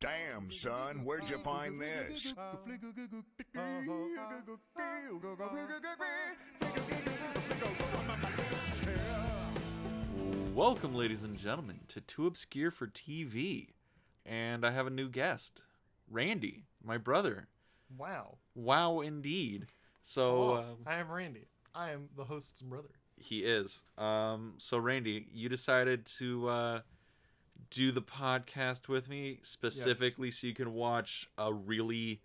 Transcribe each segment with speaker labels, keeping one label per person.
Speaker 1: Damn, son, where'd you find this?
Speaker 2: Welcome, ladies and gentlemen, to Too Obscure for TV. And I have a new guest, Randy, my brother. Oh,
Speaker 3: Wow.
Speaker 2: Wow, indeed. So
Speaker 3: Hello,
Speaker 2: um,
Speaker 3: Oh, I am Randy. I am the host's brother.
Speaker 2: he is. Um, so, Randy, you decided to uh, do the podcast with me specifically so you can watch a really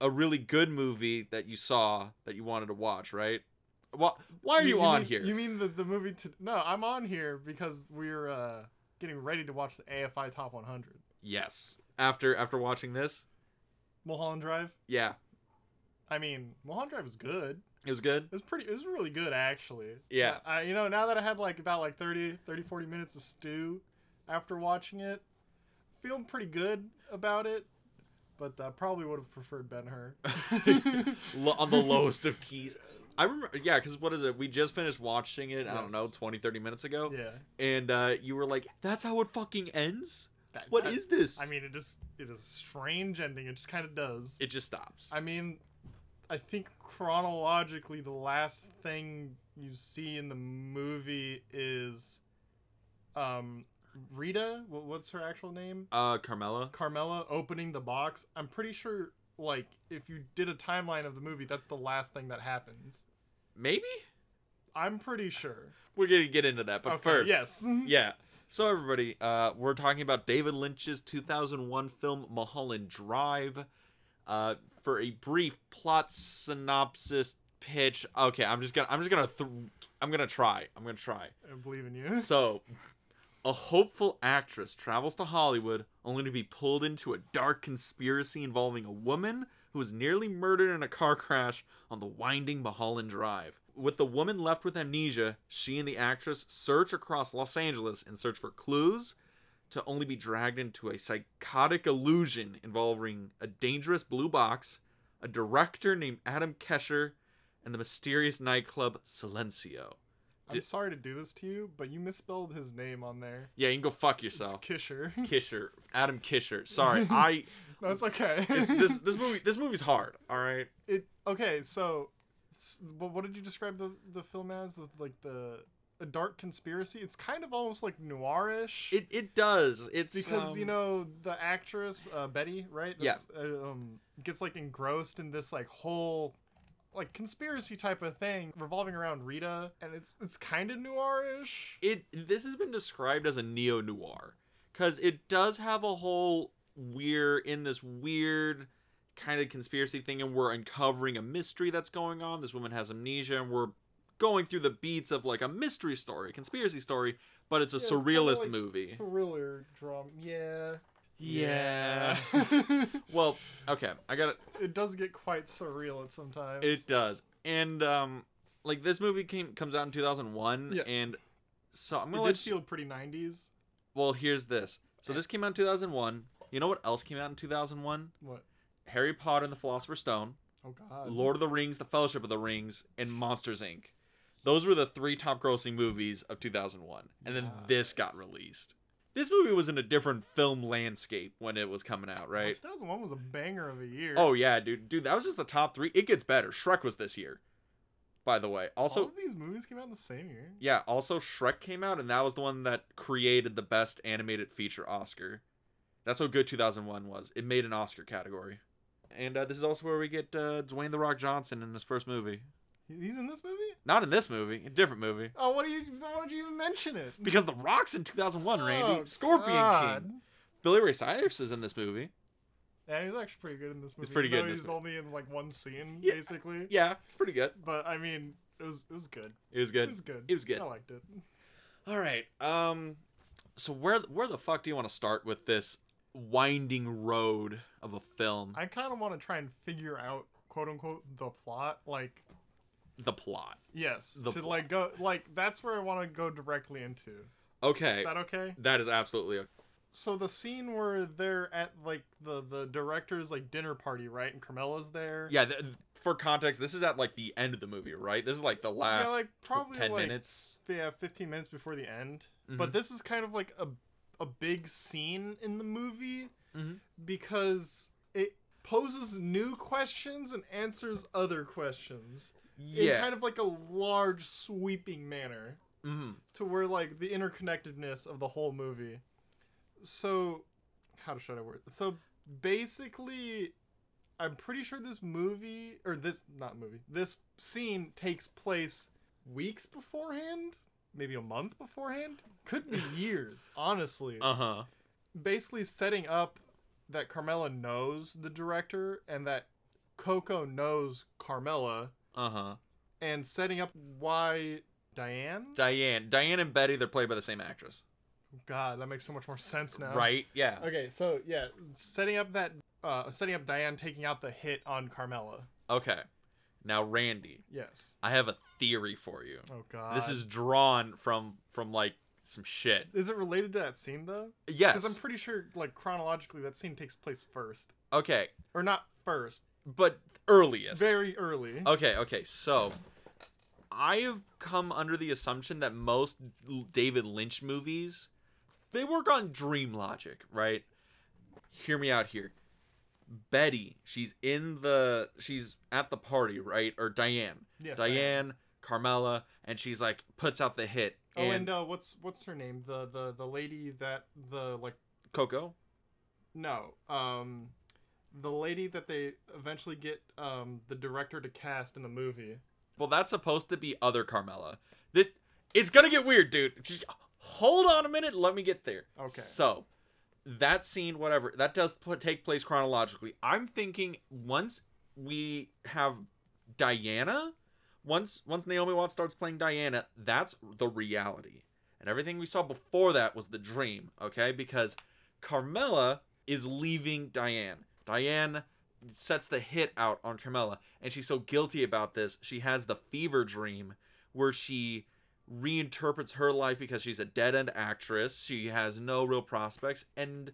Speaker 2: a really good movie that you saw that you wanted to watch, right? Why, why are you, on
Speaker 3: mean,
Speaker 2: here?
Speaker 3: You mean the, the movie? To, no, I'm on here because we're uh, getting ready to watch the AFI Top 100.
Speaker 2: yes. After after watching this?
Speaker 3: Mulholland Drive.
Speaker 2: Yeah.
Speaker 3: I mean, Mulholland Drive was good.
Speaker 2: It was good.
Speaker 3: It was pretty. It was really good actually.
Speaker 2: Yeah.
Speaker 3: I, you know, now that I had like about like 30, 30, 40 minutes of stew after watching it, feeling pretty good about it. But I probably would have preferred Ben Hur.
Speaker 2: Lo- on the lowest of keys. I remember, yeah, because what is it? We just finished watching it, I don't know,
Speaker 3: Yes.
Speaker 2: 20, 30 minutes ago.
Speaker 3: yeah.
Speaker 2: And uh, you were like, that's how it fucking ends? What is
Speaker 3: That- that-
Speaker 2: this?
Speaker 3: I mean, it just it is a strange ending. It just kind of does.
Speaker 2: it just stops.
Speaker 3: I mean, I think chronologically, the last thing you see in the movie is, um, Rita. wh- What's her actual name?
Speaker 2: uh, Carmela?
Speaker 3: Carmela opening the box. I'm pretty sure, like, if you did a timeline of the movie, that's the last thing that happens.
Speaker 2: Maybe?
Speaker 3: I'm pretty sure.
Speaker 2: We're going to get into that, but
Speaker 3: Okay,
Speaker 2: first.
Speaker 3: yes.
Speaker 2: yeah. So, everybody, uh, we're talking about David Lynch's 2001 film Mulholland Drive. Uh, for a brief plot synopsis pitch, okay, I'm just gonna, I'm just gonna, th- I'm gonna try, I'm gonna try.
Speaker 3: I believe in you.
Speaker 2: So, a hopeful actress travels to Hollywood only to be pulled into a dark conspiracy involving a woman who was nearly murdered in a car crash on the winding Mulholland Drive. With the woman left with amnesia, she and the actress search across Los Angeles in search for clues to only be dragged into a psychotic illusion involving a dangerous blue box, a director named Adam Kesher, and the mysterious nightclub Silencio.
Speaker 3: I'm sorry to do this to you, but you misspelled his name on there.
Speaker 2: Yeah, you can go fuck
Speaker 3: It's
Speaker 2: yourself.
Speaker 3: Kisher.
Speaker 2: Kisher, Adam Kisher. Sorry, I
Speaker 3: That's okay.
Speaker 2: it's, this this movie this movie's hard. All right,
Speaker 3: it okay so s- what what did you describe the the film as the, like the a dark conspiracy it's kind of almost like noirish
Speaker 2: it it does. It's
Speaker 3: because
Speaker 2: um,
Speaker 3: you know the actress uh, betty right
Speaker 2: Yeah.
Speaker 3: uh, um, gets like engrossed in this like whole like conspiracy type of thing revolving around rita and it's it's kind of noirish
Speaker 2: it this has been described as a neo noir because it does have a whole we're in this weird kind of conspiracy thing and we're uncovering a mystery that's going on this woman has amnesia and we're going through the beats of like a mystery story a conspiracy story but it's a
Speaker 3: Yeah, it's kinda
Speaker 2: surrealist
Speaker 3: like
Speaker 2: movie
Speaker 3: thriller drama yeah
Speaker 2: yeah well okay i gotta
Speaker 3: it does get quite surreal at sometimes
Speaker 2: It does. And um like this movie came comes out in 2001
Speaker 3: Yeah.
Speaker 2: and so I'm
Speaker 3: it
Speaker 2: going to
Speaker 3: did
Speaker 2: let you
Speaker 3: feel pretty 90s
Speaker 2: Well, here's this. So this came out in 2001. You know what else came out in 2001?
Speaker 3: what
Speaker 2: Harry Potter and the Philosopher's Stone,
Speaker 3: oh god
Speaker 2: Lord of the Rings, The Fellowship of the Rings, and Monsters Inc. Those were the three top grossing movies of 2001. And then this got released. This movie was in a different film landscape when it was coming out, right?
Speaker 3: 2001 was a banger of a year.
Speaker 2: Oh yeah, dude. Dude, that was just the top 3. It gets better. Shrek was this year. By the way. Also
Speaker 3: all of these movies came out in the same year.
Speaker 2: Yeah, also Shrek came out, and that was the one that created the best animated feature Oscar. That's how good 2001 was. It made an Oscar category. And uh, this is also where we get uh, Dwayne The Rock Johnson in his first movie.
Speaker 3: He's in this movie?
Speaker 2: Not in this movie, a different movie.
Speaker 3: Oh, what do you? Why did you even mention it?
Speaker 2: Because The Rock's in 2001, Randy.
Speaker 3: Oh,
Speaker 2: Scorpion
Speaker 3: God.
Speaker 2: King. Billy Ray Cyrus is in this movie.
Speaker 3: Yeah, he's actually pretty good in this movie.
Speaker 2: pretty
Speaker 3: even
Speaker 2: good
Speaker 3: though
Speaker 2: in this
Speaker 3: He's only in like one scene,
Speaker 2: Yeah.
Speaker 3: basically.
Speaker 2: Yeah, it's pretty good.
Speaker 3: But I mean, it was it was good.
Speaker 2: It was good.
Speaker 3: It was good.
Speaker 2: It was good.
Speaker 3: I liked it.
Speaker 2: All right. Um. So where where the fuck do you want to start with this winding road of a film?
Speaker 3: I kind of want to try and figure out quote unquote the plot. Like
Speaker 2: The plot.
Speaker 3: yes,
Speaker 2: The
Speaker 3: to
Speaker 2: plot.
Speaker 3: like go like that's where I want to go directly into.
Speaker 2: Okay.
Speaker 3: Is that okay?
Speaker 2: That is absolutely okay.
Speaker 3: So the scene where they're at like the the director's like dinner party, right? And Carmela's there.
Speaker 2: Yeah, th- th- for context, this is at like the end of the movie, right? This is like the last
Speaker 3: like,
Speaker 2: tw-
Speaker 3: probably,
Speaker 2: 10
Speaker 3: like-
Speaker 2: minutes. Mm-hmm.
Speaker 3: yeah, 15 minutes before the end. But this is kind of like a a big scene in the movie
Speaker 2: Mhm.
Speaker 3: because it poses new questions and answers other questions
Speaker 2: Yeah.
Speaker 3: in kind of like a large sweeping manner
Speaker 2: Mhm.
Speaker 3: to where like the interconnectedness of the whole movie. So, how should I word? So basically, I'm pretty sure this movie or this not movie this scene takes place weeks beforehand, maybe a month beforehand, could be years. honestly,
Speaker 2: Uh-huh.
Speaker 3: basically setting up that Carmela knows the director and that Coco knows Carmela
Speaker 2: Uh-huh.
Speaker 3: and setting up why Diane.
Speaker 2: Diane. Diane and Betty, they're played by the same actress.
Speaker 3: God, that makes so much more sense now.
Speaker 2: Right? Yeah.
Speaker 3: Okay, so yeah, setting up that uh setting up Diane taking out the hit on Carmela.
Speaker 2: Okay. Now Randy,
Speaker 3: Yes.
Speaker 2: I have a theory for you.
Speaker 3: Oh god.
Speaker 2: This is drawn from from like some shit.
Speaker 3: Is it related to that scene though?
Speaker 2: Yes.
Speaker 3: Cuz I'm pretty sure like chronologically that scene takes place first.
Speaker 2: okay.
Speaker 3: Or not first,
Speaker 2: But earliest.
Speaker 3: very early.
Speaker 2: Okay, okay. So I have come under the assumption that most L- David Lynch movies they work on dream logic, right? Hear me out here. Betty, she's in the she's at the party, right? Or Diane.
Speaker 3: yes.
Speaker 2: Diane, Carmela, and she's like puts out the hit
Speaker 3: Oh,
Speaker 2: and,
Speaker 3: and uh, what's what's her name? The the the lady that the like
Speaker 2: Coco.
Speaker 3: no, um the lady that they eventually get um the director to cast in the movie.
Speaker 2: Well, that's supposed to be other Carmela. That it's gonna get weird, dude. Just hold on a minute. Let me get there.
Speaker 3: Okay.
Speaker 2: So that scene, whatever, that does pl- take place chronologically. I'm thinking once we have Diana, once once Naomi Watts starts playing Diana, that's the reality, and everything we saw before that was the dream. Okay, because Carmela is leaving Diane. Diane sets the hit out on Carmela, and she's so guilty about this. She has the fever dream where she reinterprets her life because she's a dead end actress. She has no real prospects, and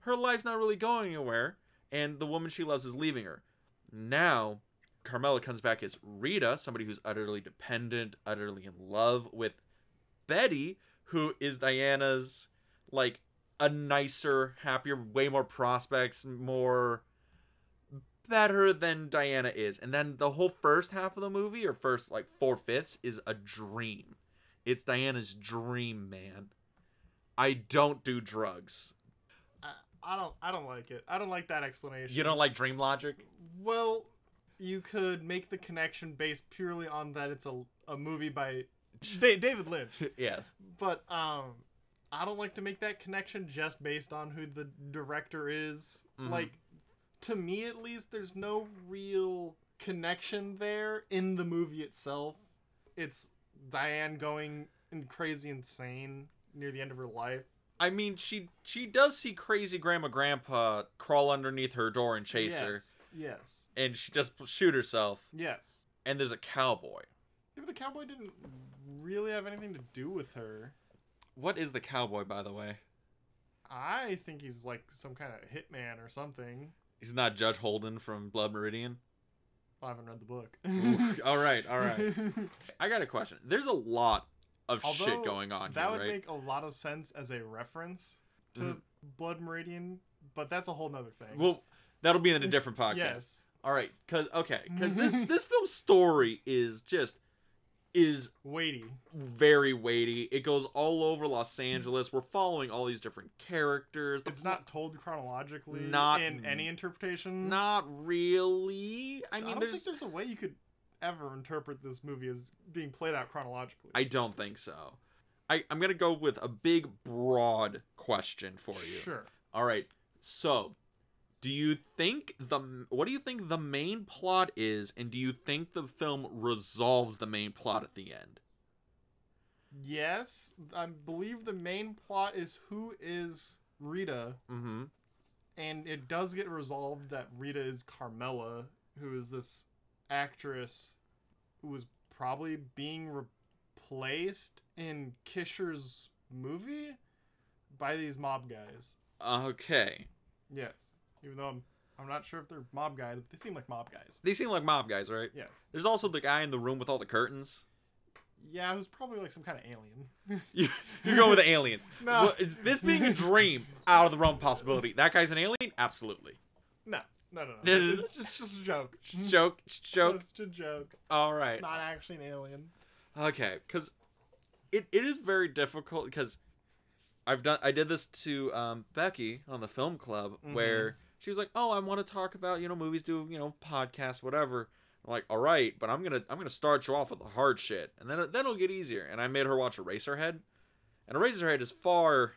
Speaker 2: her life's not really going anywhere. And the woman she loves is leaving her. Now, Carmela comes back as Rita, somebody who's utterly dependent, utterly in love with Betty, who is Diana's like a nicer, happier, way more prospects, more better than Diana is. And then the whole first half of the movie, or first like four fifths, is a dream. It's Diana's dream, man. I don't do drugs.
Speaker 3: I, I don't I don't like it. I don't like that explanation.
Speaker 2: You don't like dream logic?
Speaker 3: Well, you could make the connection based purely on that it's a, a movie by Da- David Lynch.
Speaker 2: yes.
Speaker 3: But um I don't like to make that connection just based on who the director is.
Speaker 2: Mhm.
Speaker 3: Like to me at least there's no real connection there in the movie itself. It's Diane going and crazy insane near the end of her life.
Speaker 2: I mean, she she does see crazy grandma grandpa crawl underneath her door and chase her,
Speaker 3: Yes. Yes.
Speaker 2: and she just shoot herself.
Speaker 3: Yes.
Speaker 2: And there's a cowboy.
Speaker 3: Yeah, but the cowboy didn't really have anything to do with her.
Speaker 2: What is the cowboy, by the way?
Speaker 3: I think he's like some kind of hitman or something.
Speaker 2: He's not Judge Holden from Blood Meridian.
Speaker 3: I haven't read the book.
Speaker 2: Oof, all right, all right. I got a question. There's a lot of shit
Speaker 3: Although,
Speaker 2: going on
Speaker 3: that
Speaker 2: here,
Speaker 3: would
Speaker 2: right?
Speaker 3: make a lot of sense as a reference to
Speaker 2: Mhm.
Speaker 3: Blood Meridian, but that's a whole nother thing.
Speaker 2: Well, that'll be in a different podcast.
Speaker 3: yes,
Speaker 2: All right, cause okay, cause this this film's story is just is
Speaker 3: weighty.
Speaker 2: very weighty. It goes all over Los Angeles. We're following all these different characters. The
Speaker 3: It's not told chronologically.
Speaker 2: Not-
Speaker 3: in any interpretation.
Speaker 2: not really. I
Speaker 3: I,
Speaker 2: mean,
Speaker 3: don't
Speaker 2: there's
Speaker 3: think there's a way you could ever interpret this movie as being played out chronologically.
Speaker 2: I don't think so. I I'm gonna go with a big broad question for you.
Speaker 3: Sure.
Speaker 2: All right. So, do you think the what do you think the main plot is and do you think the film resolves the main plot at the end?
Speaker 3: Yes, I believe the main plot is who is Rita,
Speaker 2: Mhm.
Speaker 3: and it does get resolved that Rita is Carmela, who is this actress who was probably being replaced in Kisher's movie by these mob guys.
Speaker 2: Okay.
Speaker 3: Yes, even though I'm I'm not sure if they're mob guys, but they seem like mob guys.
Speaker 2: They seem like mob guys, right?
Speaker 3: Yes.
Speaker 2: There's also the guy in the room with all the curtains.
Speaker 3: yeah, it was probably like some kind of alien.
Speaker 2: You- You're going with an alien.
Speaker 3: No.
Speaker 2: Well, is this being a dream out of the realm of possibility. That guy's an alien? Absolutely.
Speaker 3: No, no, no,
Speaker 2: No, no,
Speaker 3: no.
Speaker 2: no.
Speaker 3: it's just just a joke.
Speaker 2: Joke, joke.
Speaker 3: Just a joke.
Speaker 2: All right.
Speaker 3: It's not actually an alien.
Speaker 2: Okay, because it, it is very difficult because I've done I did this to um, Becky on the film club
Speaker 3: Mm-hmm.
Speaker 2: where she was like, "Oh, I want to talk about you know movies, do you know podcast, whatever." I'm like, "All right, but I'm gonna I'm gonna start you off with the hard shit, and then it- then it'll get easier." And I made her watch Eraserhead, and Eraserhead is far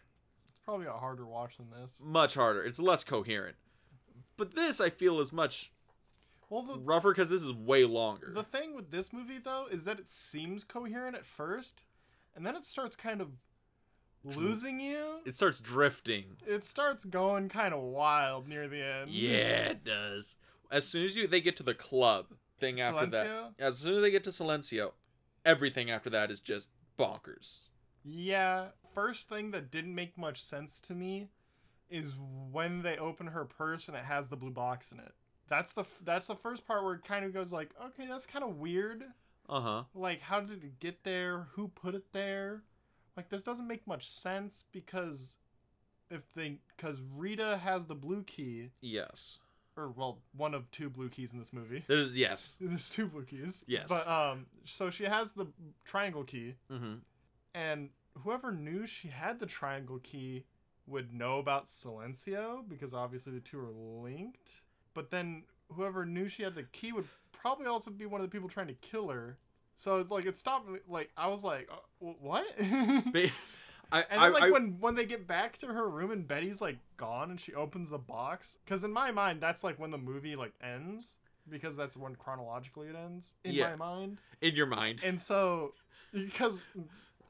Speaker 3: It's probably a harder watch than this.
Speaker 2: much harder. It's less coherent, but this I feel is much
Speaker 3: Well, the
Speaker 2: rougher because this is way longer.
Speaker 3: The thing with this movie though is that it seems coherent at first, and then it starts kind of losing you.
Speaker 2: it starts drifting.
Speaker 3: It starts going kind of wild near the end.
Speaker 2: Yeah, it does. As soon as you they get to the club thing after that,
Speaker 3: Silencio?
Speaker 2: as soon as they get to Silencio, everything after that is just bonkers.
Speaker 3: Yeah. First thing that didn't make much sense to me is when they open her purse and it has the blue box in it. That's the f- that's the first part where it kind of goes like, okay, that's kind of weird.
Speaker 2: Uh huh.
Speaker 3: Like, how did it get there? Who put it there? Like, this doesn't make much sense because if they because Rita has the blue key,
Speaker 2: Yes.
Speaker 3: or well, one of two blue keys in this movie.
Speaker 2: There's yes.
Speaker 3: There's two blue keys.
Speaker 2: Yes.
Speaker 3: But um, so she has the triangle key,
Speaker 2: Mm-hmm.
Speaker 3: and whoever knew she had the triangle key would know about Silencio because obviously the two are linked. But then whoever knew she had the key would probably also be one of the people trying to kill her. So it's like it stopped me. Like I was like, uh, wh- what? and
Speaker 2: I, I,
Speaker 3: then like
Speaker 2: I-
Speaker 3: when when they get back to her room and Betty's like gone and she opens the box because in my mind that's like when the movie like ends because that's when chronologically it ends in
Speaker 2: Yeah.
Speaker 3: my mind.
Speaker 2: in your mind,
Speaker 3: And so, because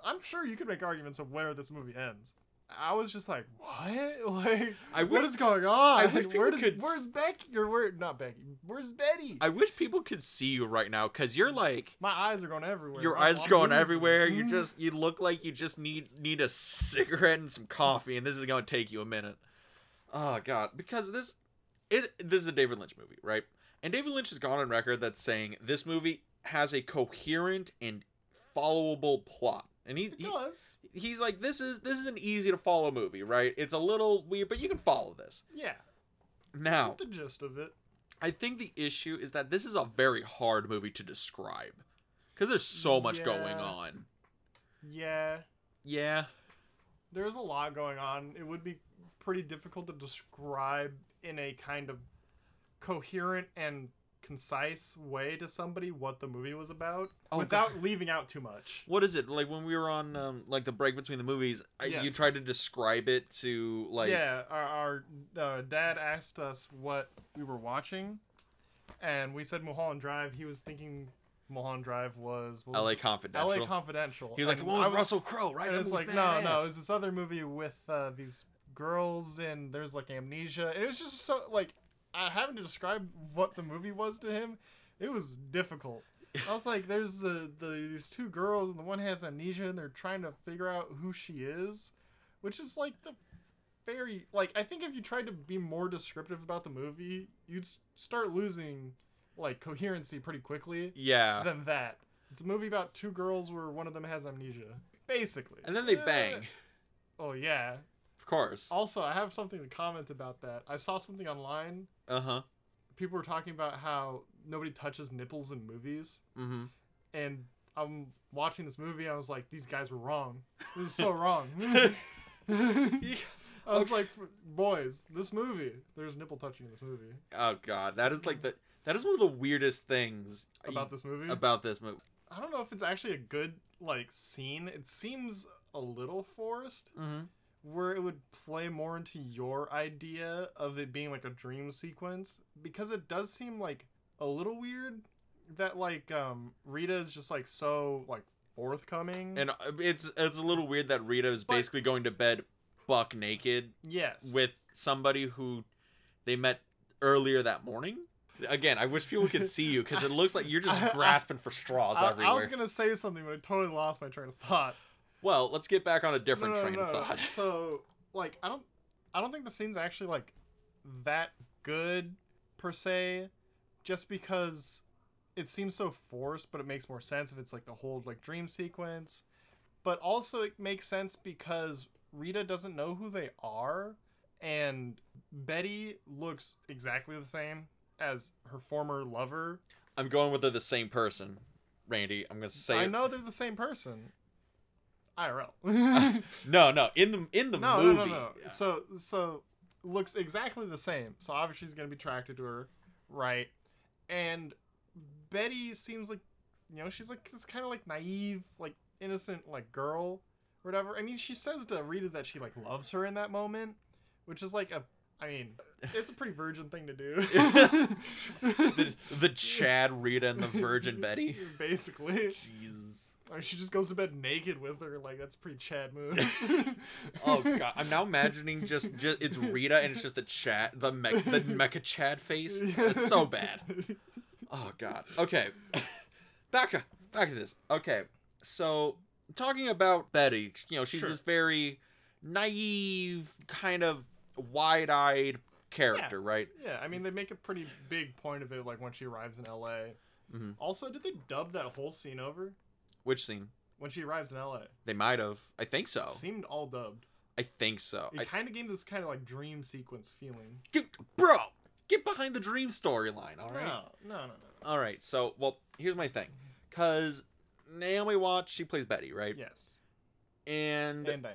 Speaker 3: I'm sure you could make arguments of where this movie ends. I was just like, what? Like,
Speaker 2: I
Speaker 3: what
Speaker 2: wish-
Speaker 3: is going on?
Speaker 2: I wish people
Speaker 3: where did-
Speaker 2: could s-
Speaker 3: Where's Becky? Or where? Not Becky. Where's Betty?
Speaker 2: I wish people could see you right now because you're like
Speaker 3: My eyes are going everywhere.
Speaker 2: your
Speaker 3: I'm-
Speaker 2: eyes
Speaker 3: I'm
Speaker 2: going
Speaker 3: losing it.
Speaker 2: everywhere. You
Speaker 3: Mm.
Speaker 2: just you look like you just need need a cigarette and some coffee, and this is gonna take you a minute. Oh god, because this it this is a David Lynch movie, right? And David Lynch has gone on record that saying this movie has a coherent and followable plot, and he,
Speaker 3: It
Speaker 2: he
Speaker 3: does.
Speaker 2: he's like this is this is an easy to follow movie, right? It's a little weird, but you can follow this.
Speaker 3: Yeah.
Speaker 2: Now,
Speaker 3: Get The gist of it.
Speaker 2: I think the issue is that this is a very hard movie to describe because there's so much going
Speaker 3: Yeah.
Speaker 2: on.
Speaker 3: Yeah.
Speaker 2: Yeah.
Speaker 3: There's a lot going on. It would be pretty difficult to describe in a kind of coherent and concise way to somebody what the movie was about
Speaker 2: Oh,
Speaker 3: without leaving out too much.
Speaker 2: what is it like when we were on um, like the break between the movies I, you
Speaker 3: Yes.
Speaker 2: tried to describe it to like
Speaker 3: yeah, our, our uh, dad asked us what we were watching, and we said Mulholland Drive. He was thinking Mulholland Drive was, what
Speaker 2: la
Speaker 3: was it?
Speaker 2: confidential
Speaker 3: LA Confidential.
Speaker 2: he was like
Speaker 3: And
Speaker 2: the one with
Speaker 3: I was-
Speaker 2: russell crowe right
Speaker 3: And
Speaker 2: That
Speaker 3: it's like
Speaker 2: movie's
Speaker 3: no,
Speaker 2: badass."
Speaker 3: no, it's this other movie with uh, these girls, and there's like amnesia. And it was just so like I having to describe what the movie was to him. It was difficult. I was like, there's the, the these two girls, and the one has amnesia, and they're trying to figure out who she is, which is like the very like I think if you tried to be more descriptive about the movie, you'd s- start losing like coherency pretty quickly
Speaker 2: yeah
Speaker 3: than that. It's a movie about two girls where one of them has amnesia, basically.
Speaker 2: and then they
Speaker 3: Uh,
Speaker 2: bang
Speaker 3: Oh yeah.
Speaker 2: of course
Speaker 3: Also, I have something to comment about that. I saw something online.
Speaker 2: uh-huh
Speaker 3: People were talking about how nobody touches nipples in movies,
Speaker 2: mm-hmm
Speaker 3: and I'm watching this movie. and I was like, these guys were wrong. This is so wrong. I was like, boys, this movie. There's nipple touching in this movie.
Speaker 2: oh god that is like the that is one of the weirdest things
Speaker 3: About this movie.
Speaker 2: about this movie
Speaker 3: I don't know if it's actually a good like scene. It seems a little forced.
Speaker 2: mm-hmm.
Speaker 3: where it would play more into your idea of it being like a dream sequence because it does seem like a little weird that like um Rita is just like so like forthcoming
Speaker 2: and uh, it's it's a little weird that rita is
Speaker 3: But-
Speaker 2: basically going to bed buck naked
Speaker 3: yes
Speaker 2: with somebody who they met earlier that morning. Again, I wish people could see you because it looks like you're just
Speaker 3: I- I-
Speaker 2: grasping for straws
Speaker 3: I,
Speaker 2: everywhere.
Speaker 3: I was gonna say something but I totally lost my train of thought
Speaker 2: Well, let's get back on a
Speaker 3: No,
Speaker 2: different
Speaker 3: no,
Speaker 2: train
Speaker 3: no,
Speaker 2: of
Speaker 3: no.
Speaker 2: thought.
Speaker 3: so like I don't I don't think the scene's actually like that good per se just because it seems so forced, but it makes more sense if it's like the whole like dream sequence. But also it makes sense because Rita doesn't know who they are and Betty looks exactly the same as her former lover.
Speaker 2: I'm going with they're the same person, Randy. I'm gonna say
Speaker 3: I
Speaker 2: it.
Speaker 3: know they're the same person. IRL.
Speaker 2: no, no. In the in the
Speaker 3: no,
Speaker 2: movie,
Speaker 3: no, no, no. So, so looks exactly the same. So obviously he's gonna be attracted to her, right? And Betty seems like, you know, she's like this kind of like naive, like innocent, like girl, whatever. I mean, she says to Rita that she like loves her in that moment, which is like a, I mean, it's a pretty virgin thing to do.
Speaker 2: the, the Chad, Rita, and the Virgin Betty.
Speaker 3: Basically,
Speaker 2: Jesus.
Speaker 3: I mean, she just goes to bed naked with her. Like that's a pretty Chad move.
Speaker 2: Oh god, I'm now imagining just, just it's Rita and it's just the Chad, the mech, the mecha Chad face. That's so bad. Oh god. Okay. back up- back to this. Okay. So talking about Betty, you know, she's
Speaker 3: Sure.
Speaker 2: this very naive, kind of wide-eyed character, right?
Speaker 3: Yeah, I mean they make a pretty big point of it, like when she arrives in LA.
Speaker 2: Mhm.
Speaker 3: Also, did they dub that whole scene over
Speaker 2: Which scene?
Speaker 3: when she arrives in LA?
Speaker 2: They might have. I think so.
Speaker 3: Seemed all dubbed.
Speaker 2: I think so.
Speaker 3: It
Speaker 2: Oh. I,
Speaker 3: kind of gave this kind of like dream sequence feeling.
Speaker 2: get, bro, get behind the dream storyline, all right?
Speaker 3: No, no, no, no.
Speaker 2: All right. So, well, here's my thing. Cuz Naomi Watts, she plays Betty,
Speaker 3: no.
Speaker 2: right?
Speaker 3: Yes,
Speaker 2: And
Speaker 3: and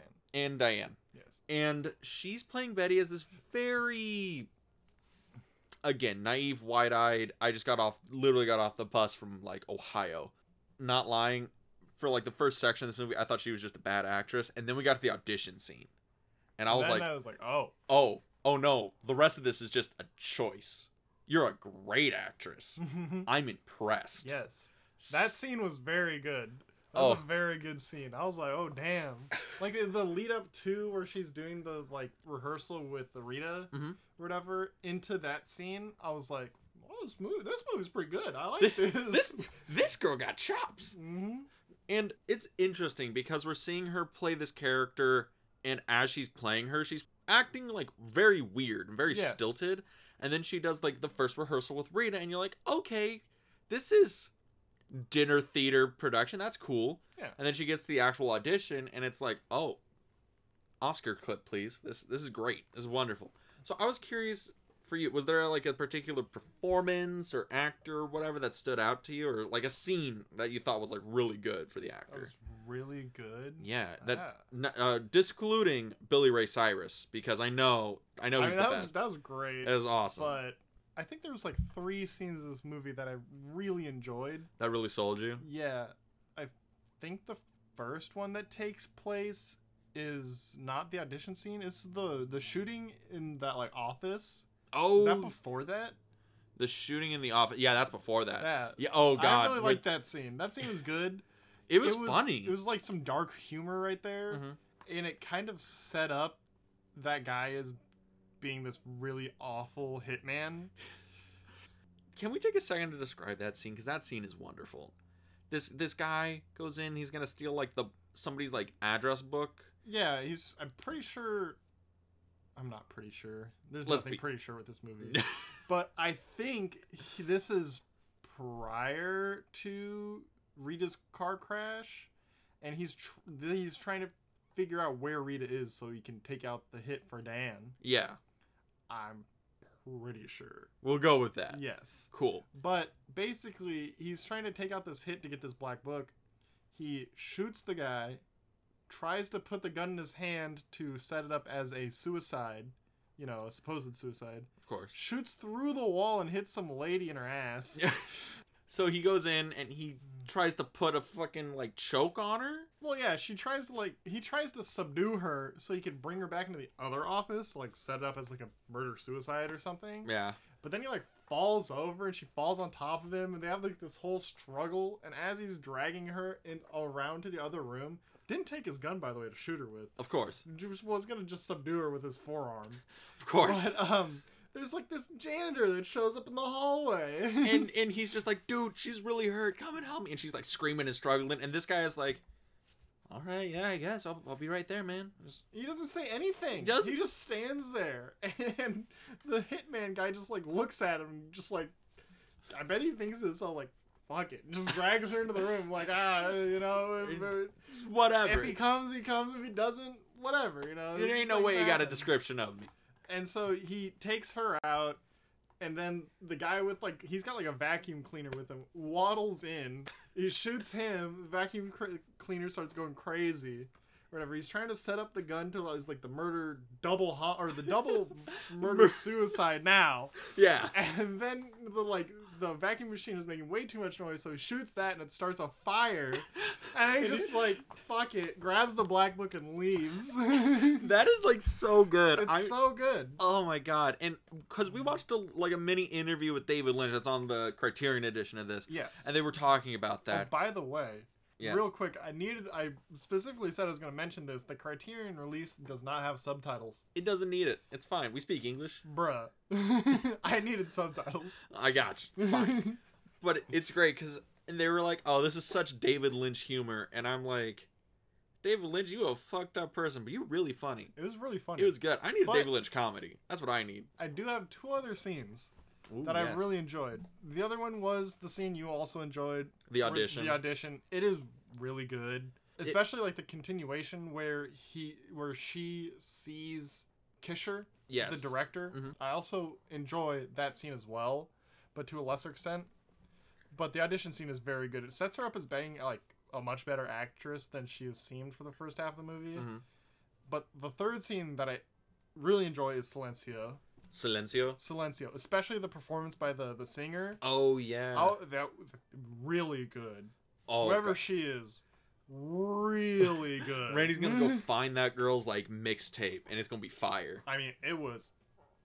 Speaker 3: Diane.
Speaker 2: and, Diane.
Speaker 3: Yes.
Speaker 2: And she's playing Betty as this very again, naive, wide-eyed. I just got off literally got off the bus from like Ohio. Not lying, for like the first section of this movie, I thought she was just a bad actress, and then we got to the audition scene. And I was
Speaker 3: then
Speaker 2: like,
Speaker 3: I was like, oh,
Speaker 2: "Oh, oh no, the rest of this is just a choice. You're a great actress. I'm impressed."
Speaker 3: yes. That scene was very good. That was
Speaker 2: Oh.
Speaker 3: a very good scene. I was like, oh damn. Like the- the lead up to where she's doing the like rehearsal with the Rita
Speaker 2: Mhm.
Speaker 3: or whatever into that scene, I was like, oh, this movie this movie's pretty good. I like this.
Speaker 2: this this girl got chops
Speaker 3: hmm
Speaker 2: and it's interesting because we're seeing her play this character and as she's playing her she's acting like very weird and very
Speaker 3: Yes.
Speaker 2: stilted and then she does like the first rehearsal with rita and you're like okay this is dinner theater production that's cool
Speaker 3: Yeah.
Speaker 2: and then she gets the actual audition and it's like oh oscar clip please this this is great this is wonderful so i was curious for you was there like a particular performance or actor or whatever that stood out to you or like a scene that you thought was like really good for the
Speaker 3: That was
Speaker 2: actor
Speaker 3: really good.
Speaker 2: yeah that
Speaker 3: Ah.
Speaker 2: n- uh, discluding billy ray cyrus because i know i know
Speaker 3: I
Speaker 2: he's
Speaker 3: mean,
Speaker 2: the
Speaker 3: that
Speaker 2: best
Speaker 3: was that was great.
Speaker 2: it was awesome
Speaker 3: But I think there was like three scenes of this movie that I really enjoyed.
Speaker 2: that really sold you
Speaker 3: Yeah, I think the first one that takes place is not the audition scene. It's the the shooting in that like office. Is that
Speaker 2: oh
Speaker 3: before that?
Speaker 2: the shooting in the office yeah that's before that
Speaker 3: That.
Speaker 2: yeah oh god
Speaker 3: I really
Speaker 2: Like,
Speaker 3: liked that scene. That scene was good.
Speaker 2: it, was funny
Speaker 3: It was like some dark humor right there,
Speaker 2: Mhm.
Speaker 3: and it kind of set up that guy as being this really awful hitman.
Speaker 2: can we take a second to describe that scene because that scene is wonderful this this guy goes in he's gonna steal like the somebody's like address book
Speaker 3: Yeah, he's. I'm pretty sure. I'm not pretty sure. There's
Speaker 2: Let's
Speaker 3: nothing
Speaker 2: be-
Speaker 3: pretty sure with this movie. but I think he, this is prior to Rita's car crash, and he's tr- he's trying to figure out where Rita is so he can take out the hit for Dan.
Speaker 2: yeah
Speaker 3: I'm pretty sure.
Speaker 2: we'll go with that
Speaker 3: Yes,
Speaker 2: cool
Speaker 3: but basically he's trying to take out this hit to get this black book. He shoots the guy, tries to put the gun in his hand to set it up as a suicide, you know, a supposed suicide
Speaker 2: of course
Speaker 3: shoots through the wall and hits some lady in her ass.
Speaker 2: Yeah. so he goes in and he tries to put a fucking like choke on her.
Speaker 3: Well, yeah, she tries to like he tries to subdue her so he could bring her back into the other office, to, like set it up as like a murder suicide or something.
Speaker 2: Yeah.
Speaker 3: But then he like falls over and she falls on top of him and they have like this whole struggle and as he's dragging her in around to the other room, didn't take his gun by the way to shoot her with.
Speaker 2: Of course.
Speaker 3: Just was gonna just subdue her with his forearm.
Speaker 2: Of course.
Speaker 3: But um there's like this janitor that shows up in the hallway.
Speaker 2: and and he's just like, dude, she's really hurt. Come and help me. And she's like screaming and struggling. And this guy is like, all right, yeah, I guess I'll, I'll be right there, man. Just-
Speaker 3: He doesn't say anything. He,
Speaker 2: doesn't?
Speaker 3: just stands there, and the hitman guy just like looks at him, just like, I bet he thinks it's all like, fuck it. Just drags her into the room, like, ah, you know, if,
Speaker 2: Whatever.
Speaker 3: if he comes, he comes. If he doesn't, whatever, you know.
Speaker 2: there
Speaker 3: it's
Speaker 2: ain't no
Speaker 3: like
Speaker 2: way you got a
Speaker 3: that.
Speaker 2: description of me.
Speaker 3: And so he takes her out, and then the guy with like he's got like a vacuum cleaner with him waddles in. He shoots him. The vacuum cr- cleaner starts going crazy. or Whatever. He's trying to set up the gun to his like the murder double ho- or the double murder suicide now.
Speaker 2: Yeah.
Speaker 3: And then the like the vacuum machine is making way too much noise, so he shoots that and it starts a fire. And then he just like fuck it, grabs the black book and leaves. it's
Speaker 2: That is like so good. I-
Speaker 3: so good.
Speaker 2: Oh my god! And because we watched a, like a mini interview with David Lynch that's on the Criterion edition of this,
Speaker 3: Yes.
Speaker 2: and they were talking about
Speaker 3: Oh,
Speaker 2: that.
Speaker 3: by the way,
Speaker 2: Yeah.
Speaker 3: real quick, I needed. I specifically said I was going to mention this. The Criterion release does not have subtitles,
Speaker 2: It doesn't need it. It's fine. We speak English.
Speaker 3: bruh. I needed subtitles.
Speaker 2: I got you. Fine.
Speaker 3: yeah,
Speaker 2: but it's great because they were like, "Oh, this is such David Lynch humor," and I'm like, "David Lynch, you a fucked up person, but you really funny.
Speaker 3: it was really funny.
Speaker 2: It was good. I need a
Speaker 3: But-
Speaker 2: David Lynch comedy. That's what I need."
Speaker 3: I do have two other scenes
Speaker 2: Ooh,
Speaker 3: that I
Speaker 2: yes.
Speaker 3: really enjoyed. The other one was the scene you also enjoyed.
Speaker 2: the
Speaker 3: where-
Speaker 2: audition.
Speaker 3: The audition. It is really good, especially like the continuation where he, where she sees Kisher.
Speaker 2: yes,
Speaker 3: the director.
Speaker 2: Mhm.
Speaker 3: I also enjoy that scene as well, but to a lesser extent. But the audition scene is very good. It sets her up as being like a much better actress than she has seemed for the first half of the movie.
Speaker 2: Mhm.
Speaker 3: But the third scene that I really enjoy is Silencio.
Speaker 2: Silencio.
Speaker 3: Silencio, especially the performance by the the singer.
Speaker 2: Oh yeah.
Speaker 3: Oh, that was really good.
Speaker 2: oh,
Speaker 3: Whoever
Speaker 2: God.
Speaker 3: she is, really good.
Speaker 2: Randy's gonna go
Speaker 3: Mm.
Speaker 2: find that girl's like mixtape, and it's gonna be fire.
Speaker 3: I mean, it was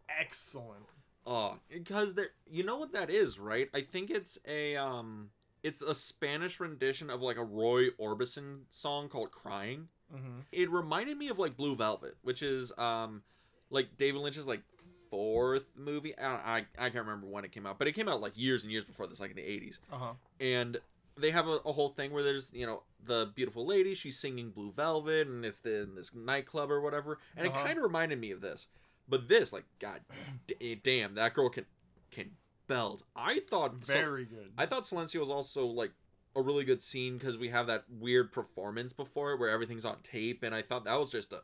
Speaker 3: excellent.
Speaker 2: Oh, because there, you know what that is, right? I think it's a um, it's a Spanish rendition of like a Roy Orbison song called "Crying."
Speaker 3: Mm-hmm.
Speaker 2: It reminded me of like Blue Velvet, which is um, like David Lynch's like fourth movie. I I, I can't remember when it came out, but it came out like years and years before this, like in the eighties
Speaker 3: Uh huh.
Speaker 2: and they have a, a whole thing where there's you know the beautiful lady she's singing blue velvet and it's the, in this nightclub or whatever and
Speaker 3: Uh-huh.
Speaker 2: it kind of reminded me of this but this like god d- eh, damn that girl can can belt i thought so-
Speaker 3: Very good.
Speaker 2: i thought silencio was also like a really good scene because we have that weird performance before it where everything's on tape and i thought that was just a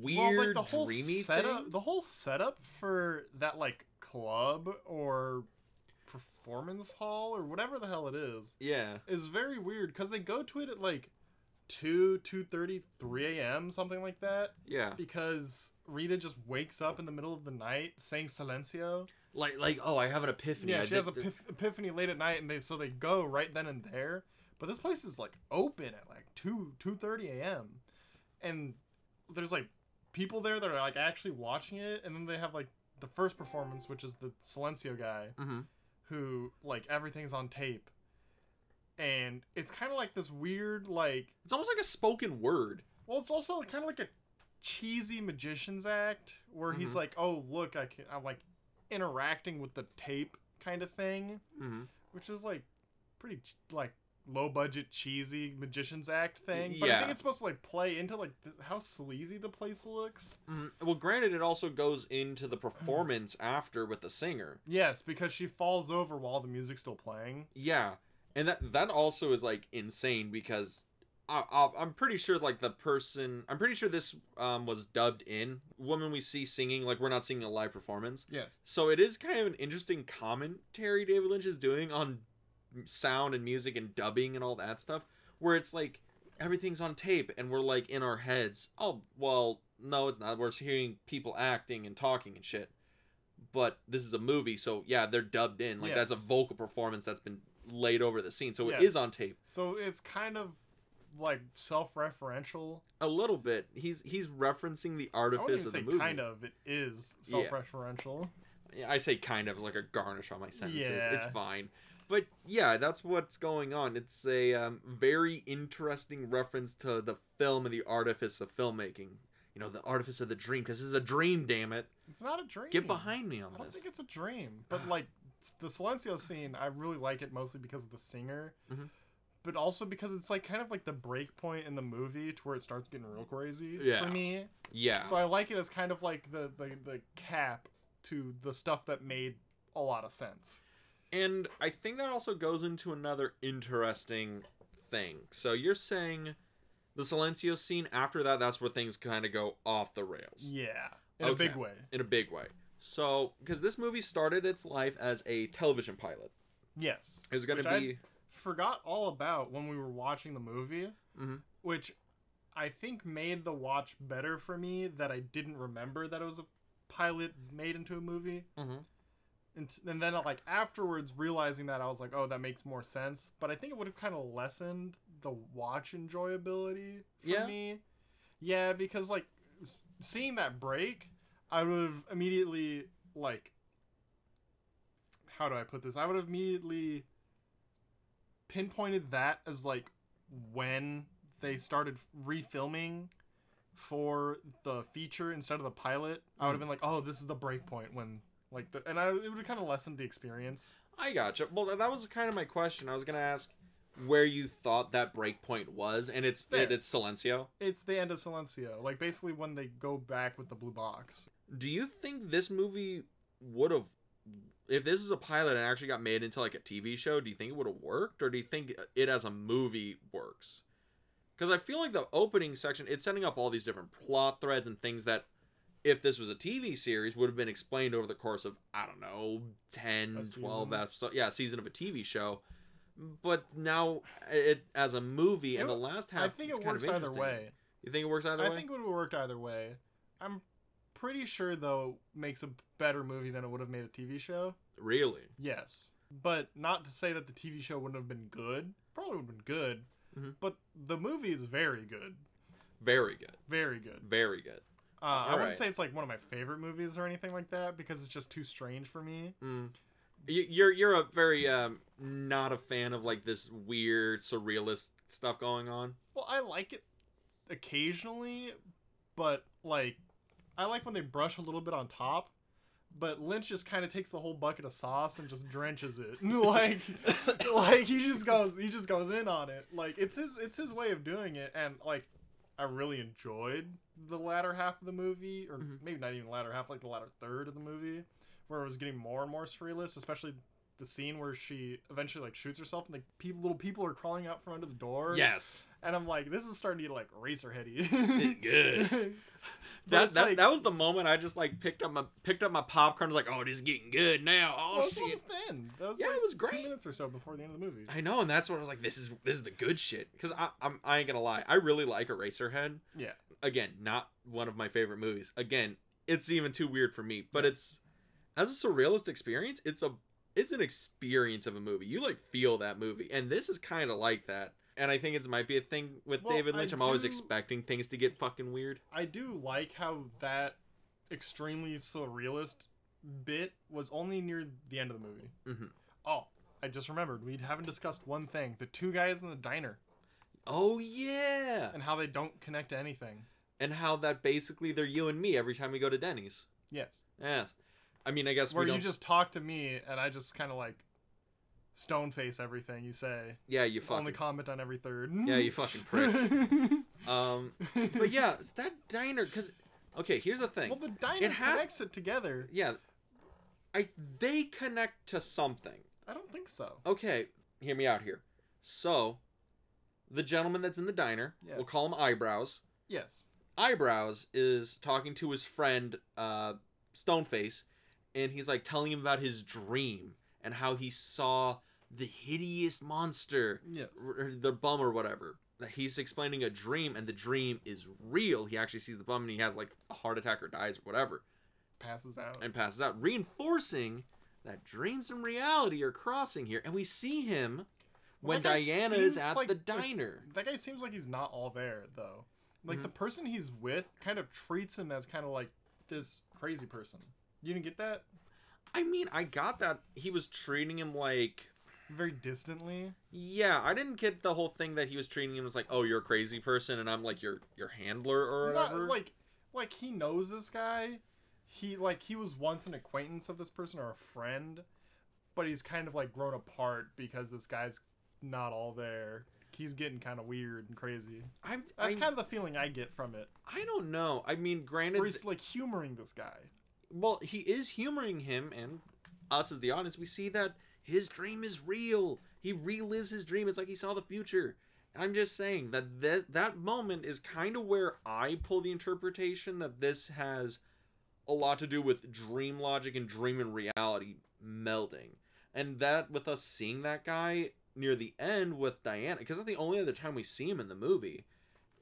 Speaker 2: weird dreamy
Speaker 3: setup,
Speaker 2: thing
Speaker 3: The whole setup for that like club or performance hall or whatever the hell it is
Speaker 2: yeah
Speaker 3: is very weird because they go to it at like two, two thirty, three a.m. something like that
Speaker 2: yeah
Speaker 3: because Rita just wakes up in the middle of the night saying silencio.
Speaker 2: like like oh i have an epiphany
Speaker 3: Yeah,
Speaker 2: I
Speaker 3: she has a
Speaker 2: did thi-
Speaker 3: pif- epiphany late at night, and they so they go right then and there. But this place is like open at like two two thirty a.m. and there's like people there that are like actually watching it, and then they have like the first performance, which is the Silencio guy
Speaker 2: Mhm.
Speaker 3: who like everything's on tape, and it's kind of like this weird like
Speaker 2: it's almost like a spoken word
Speaker 3: well, it's also kind of like a cheesy magician's act where he's
Speaker 2: Mhm.
Speaker 3: like, oh look, I can I'm like interacting with the tape kind of thing
Speaker 2: mm-hmm.
Speaker 3: which is like pretty ch- like low budget cheesy magician's act thing but i think
Speaker 2: Yeah.
Speaker 3: it's supposed to like play into like th- how sleazy the place looks
Speaker 2: Mhm. Well, granted, it also goes into the performance after with the singer.
Speaker 3: yes because she falls over while the music's still playing
Speaker 2: Yeah, and that that also is like insane because I, I, I'm pretty sure like the person I'm pretty sure this um was dubbed in woman we see singing like we're not seeing a live performance.
Speaker 3: yes
Speaker 2: So it is kind of an interesting commentary David Lynch is doing on sound and music and dubbing and all that stuff, where it's like everything's on tape and we're like in our heads. Oh well, no, it's not. We're just hearing people acting and talking and shit. But this is a movie, so yeah, they're dubbed in. Like that's
Speaker 3: Yes.
Speaker 2: a vocal performance that's been laid over the scene, so
Speaker 3: Yeah.
Speaker 2: it is on tape
Speaker 3: so it's kind of like self-referential
Speaker 2: a little bit. He's he's referencing the
Speaker 3: i wouldn't
Speaker 2: artifice
Speaker 3: even
Speaker 2: of
Speaker 3: say
Speaker 2: the movie.
Speaker 3: kind of it is
Speaker 2: Yeah.
Speaker 3: self-referential
Speaker 2: Yeah, I say kind of as like a garnish on my sentences. It's
Speaker 3: Yeah.
Speaker 2: fine. But yeah, that's what's going on. It's a um, very interesting reference to the film and the artifice of filmmaking. You know, the artifice of the dream, because this is a dream, damn it.
Speaker 3: it's not a dream
Speaker 2: Get behind me on
Speaker 3: i don't
Speaker 2: this.
Speaker 3: think it's a dream but like s- the silencio scene i really like it mostly because of the singer
Speaker 2: Mhm.
Speaker 3: but also because it's like kind of like the break point in the movie to where it starts getting real crazy
Speaker 2: Yeah.
Speaker 3: for me
Speaker 2: Yeah.
Speaker 3: so i like it as kind of like the, the the cap to the stuff that made a lot of sense
Speaker 2: And I think that also goes into another interesting thing. So you're saying the Silencio scene after that that's where things kind of go off the rails
Speaker 3: Yeah. In a
Speaker 2: Okay.
Speaker 3: big way.
Speaker 2: in a big way. So because this movie started its life as a television pilot.
Speaker 3: Yes.
Speaker 2: It was going
Speaker 3: Which
Speaker 2: to
Speaker 3: I
Speaker 2: be
Speaker 3: forgot all about when we were watching the movie,
Speaker 2: Mhm.
Speaker 3: which I think made the watch better for me that I didn't remember that it was a pilot made into a movie.
Speaker 2: Mhm.
Speaker 3: And, t- and then like afterwards realizing that I was like, oh, that makes more sense. But I think it would have kind of lessened the watch enjoyability for
Speaker 2: Yeah.
Speaker 3: me. Yeah, because like s- seeing that break, I would have immediately like how do I put this? I would have immediately pinpointed that as like when they started refilming for the feature instead of the pilot. I would have been like, oh, this is the break point when like the and I it would have kind of lessened the experience.
Speaker 2: I gotcha. Well, that- that was kind of my question. I was gonna ask where you thought that breakpoint was, and it's
Speaker 3: There.
Speaker 2: it, it's Silencio.
Speaker 3: It's the end of Silencio, like basically when they go back with the blue box.
Speaker 2: Do you think this movie would have, if this is a pilot and actually got made into like a TV show? Do you think it would have worked, or do you think it as a movie works? Because I feel like the opening section, it's setting up all these different plot threads and things that, if this was a TV series, would have been explained over the course of I don't know 10,
Speaker 3: A
Speaker 2: 12
Speaker 3: season.
Speaker 2: episodes. Yeah, season of a TV show. But now it as a movie, and
Speaker 3: It-
Speaker 2: the last half.
Speaker 3: I think
Speaker 2: is
Speaker 3: it
Speaker 2: kind
Speaker 3: works
Speaker 2: of
Speaker 3: either
Speaker 2: interesting.
Speaker 3: way.
Speaker 2: You think it works either
Speaker 3: I
Speaker 2: way?
Speaker 3: think it would have worked either way. I'm pretty sure though makes a better movie than it would have made a TV show.
Speaker 2: really.
Speaker 3: Yes. But not to say that the TV show wouldn't have been good. Probably would have been good.
Speaker 2: Mhm.
Speaker 3: But the movie is very good.
Speaker 2: Very good.
Speaker 3: Very good.
Speaker 2: Very good.
Speaker 3: Uh, I wouldn't
Speaker 2: Alright.
Speaker 3: say it's like one of my favorite movies or anything like that because it's just too strange for me.
Speaker 2: Mm. You- You're you're a very um, not a fan of like this weird surrealist stuff going on.
Speaker 3: Well, I like it occasionally, but like I like when they brush a little bit on top. But Lynch just kind of takes the whole bucket of sauce and just drenches it. like like he just goes he just goes in on it. Like it's his it's his way of doing it and like I really enjoyed the latter half of the movie or
Speaker 2: Mhm.
Speaker 3: maybe not even the latter half like the latter third of the movie where it was getting more and more surrealist, especially the scene where she eventually like shoots herself and the people, little people are crawling out from under the door.
Speaker 2: Yes,
Speaker 3: And I'm like, this is starting to get like racer heady.
Speaker 2: Good. that that, that was the moment I just like picked up my picked up my popcorn. Was like, oh, this is getting good now. Oh
Speaker 3: well, it's
Speaker 2: shit.
Speaker 3: almost then. That was
Speaker 2: Yeah,
Speaker 3: like,
Speaker 2: it was
Speaker 3: Two
Speaker 2: great.
Speaker 3: minutes or so before the end of the movie.
Speaker 2: I know, and that's what I was like. This is this is the good shit. Because I I'm, I ain't gonna lie, I really like Eraserhead.
Speaker 3: Yeah.
Speaker 2: Again, not one of my favorite movies. Again, it's even too weird for me. But it's as a surrealist experience, it's a it's an experience of a movie. You like feel that movie, and this is kind of like that. And I think it's might be a thing with
Speaker 3: Well,
Speaker 2: David
Speaker 3: I
Speaker 2: Lynch. I'm always
Speaker 3: do-
Speaker 2: expecting things to get fucking weird.
Speaker 3: I do like how that extremely surrealist bit was only near the end of the movie.
Speaker 2: Mhm.
Speaker 3: Oh, I just remembered we haven't discussed one thing: the two guys in the diner
Speaker 2: Oh yeah,
Speaker 3: and how they don't connect to anything.
Speaker 2: and how that basically they're you and me every time we go to Denny's.
Speaker 3: Yes.
Speaker 2: Yes. I mean, I guess
Speaker 3: Where
Speaker 2: we
Speaker 3: you
Speaker 2: don't.
Speaker 3: just talk to me and I just kind of like stone face everything you say.
Speaker 2: yeah, you fucking.
Speaker 3: Only comment on every third.
Speaker 2: Yeah, you fucking
Speaker 3: prick.
Speaker 2: um, but yeah, it's that diner. Cause okay, here's the thing.
Speaker 3: well, the diner
Speaker 2: It has-
Speaker 3: connects it together.
Speaker 2: yeah, I they connect to something.
Speaker 3: I don't think so.
Speaker 2: Okay, hear me out here. So, the gentleman that's in the diner, we'll
Speaker 3: Yes.
Speaker 2: call him Eyebrows.
Speaker 3: Yes.
Speaker 2: Eyebrows is talking to his friend uh, Stoneface, and he's like telling him about his dream and how he saw the hideous monster
Speaker 3: Yes.
Speaker 2: or the bum or whatever. That He's explaining a dream, and the dream is real. He actually sees the bum, and he has like a heart attack or dies or whatever,
Speaker 3: Passes out.
Speaker 2: and passes out, reinforcing that dreams and reality are crossing here. And we see him when
Speaker 3: That guy
Speaker 2: Diana is
Speaker 3: seems
Speaker 2: at
Speaker 3: like-
Speaker 2: the diner.
Speaker 3: that guy seems like he's not all there though. Like the person he's with kind of treats him as kind of like this crazy person. You didn't get that
Speaker 2: I mean, I got that he was treating him like.
Speaker 3: very distantly.
Speaker 2: Yeah, I didn't get the whole thing that he was treating him as like, oh, you're a crazy person, and I'm like your your handler or
Speaker 3: Not-
Speaker 2: whatever.
Speaker 3: like like he knows this guy. He like he was once an acquaintance of this person or a friend, but he's kind of like grown apart because this guy's not all there. He's getting kind of weird and crazy.
Speaker 2: I'm,
Speaker 3: That's
Speaker 2: I,
Speaker 3: kind of the feeling I get from it.
Speaker 2: I don't know. I mean, granted,
Speaker 3: Where he's like humoring this guy.
Speaker 2: well he is humoring him and us as the audience we see that his dream is real. He relives his dream. It's like he saw the future. I'm just saying that th- that moment is kind of where I pull the interpretation that this has a lot to do with dream logic and dream and reality melding. And that with us seeing that guy near the end with Diana, because that's the only other time we see him in the movie.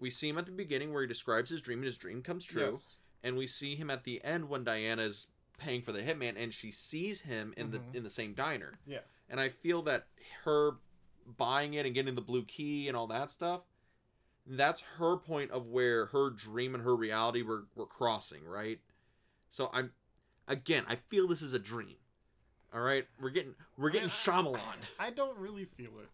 Speaker 2: We see him at the beginning where he describes his dream and his dream comes true
Speaker 3: Yes.
Speaker 2: and we see him at the end when Diana's paying for the hitman and she sees him in
Speaker 3: Mhm.
Speaker 2: the in the same diner.
Speaker 3: Yes.
Speaker 2: And I feel that her buying it and getting the blue key and all that stuff, that's her point of where her dream and her reality were, were crossing, right? So I'm again, I feel this is a dream. All right, we're getting we're getting Shyamalan.
Speaker 3: I don't really feel it.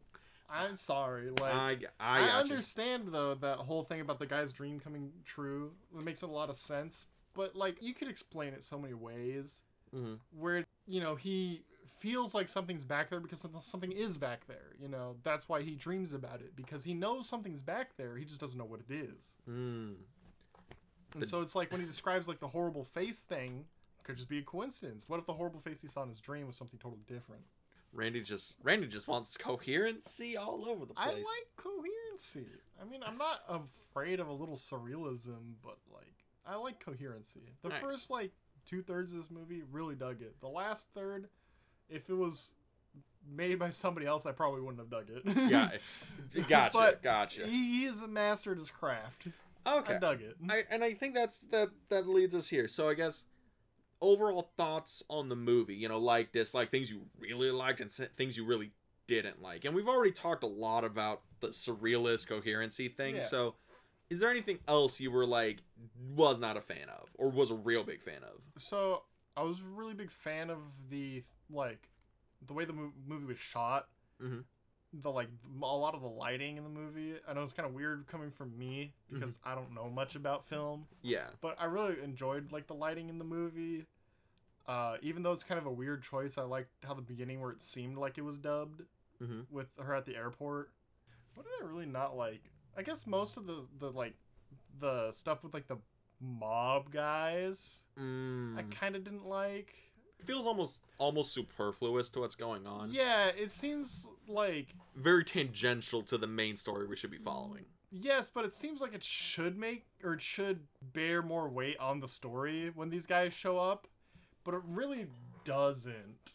Speaker 3: I'm sorry. Like
Speaker 2: I I,
Speaker 3: I,
Speaker 2: got you.
Speaker 3: understand though that whole thing about the guy's dream coming true. It makes a lot of sense, but like you could explain it so many ways.
Speaker 2: Mhm.
Speaker 3: Where you know he feels like something's back there because some- something is back there. You know that's why he dreams about it because he knows something's back there. He just doesn't know what it is.
Speaker 2: Mm.
Speaker 3: And
Speaker 2: The-
Speaker 3: so it's like when he describes like the horrible face thing could just be a coincidence. What if the horrible face he saw in his dream was something totally different?
Speaker 2: Randy just Randy just wants coherency all over the place.
Speaker 3: I like coherency. I mean, I'm not afraid of a little surrealism, but like, I like coherency. The
Speaker 2: Right.
Speaker 3: first like two thirds of this movie really dug it. The last third, if it was made by somebody else, I probably wouldn't have dug it.
Speaker 2: yeah, gotcha,
Speaker 3: But
Speaker 2: gotcha.
Speaker 3: he, um, he is a master at his craft.
Speaker 2: Okay.
Speaker 3: I dug it.
Speaker 2: I, and I think that's that that leads us here. So I guess overall thoughts on the movie, you know, like dislike things you really liked and s- things you really didn't like. And we've already talked a lot about the surrealist coherency thing.
Speaker 3: Yeah.
Speaker 2: So is there anything else you were like was not a fan of or was a real big fan of?
Speaker 3: so I was a really big fan of the like the way the mov- movie was shot.
Speaker 2: Mhm.
Speaker 3: The like m- a lot of the lighting in the movie. I know it's kind of weird coming from me because I don't know much about film,
Speaker 2: Yeah.
Speaker 3: but I really enjoyed like the lighting in the movie. Uh, even though it's kind of a weird choice, I liked how the beginning where it seemed like it was dubbed
Speaker 2: Mhm.
Speaker 3: with her at the airport. What did I really not like? I guess most of the the like the stuff with like the mob guys
Speaker 2: Mm.
Speaker 3: I kind of didn't like.
Speaker 2: It feels almost almost superfluous to what's going on.
Speaker 3: Yeah, it seems like
Speaker 2: Very tangential to the main story we should be following.
Speaker 3: yes, but it seems like it should make or it should bear more weight on the story when these guys show up, but it really doesn't.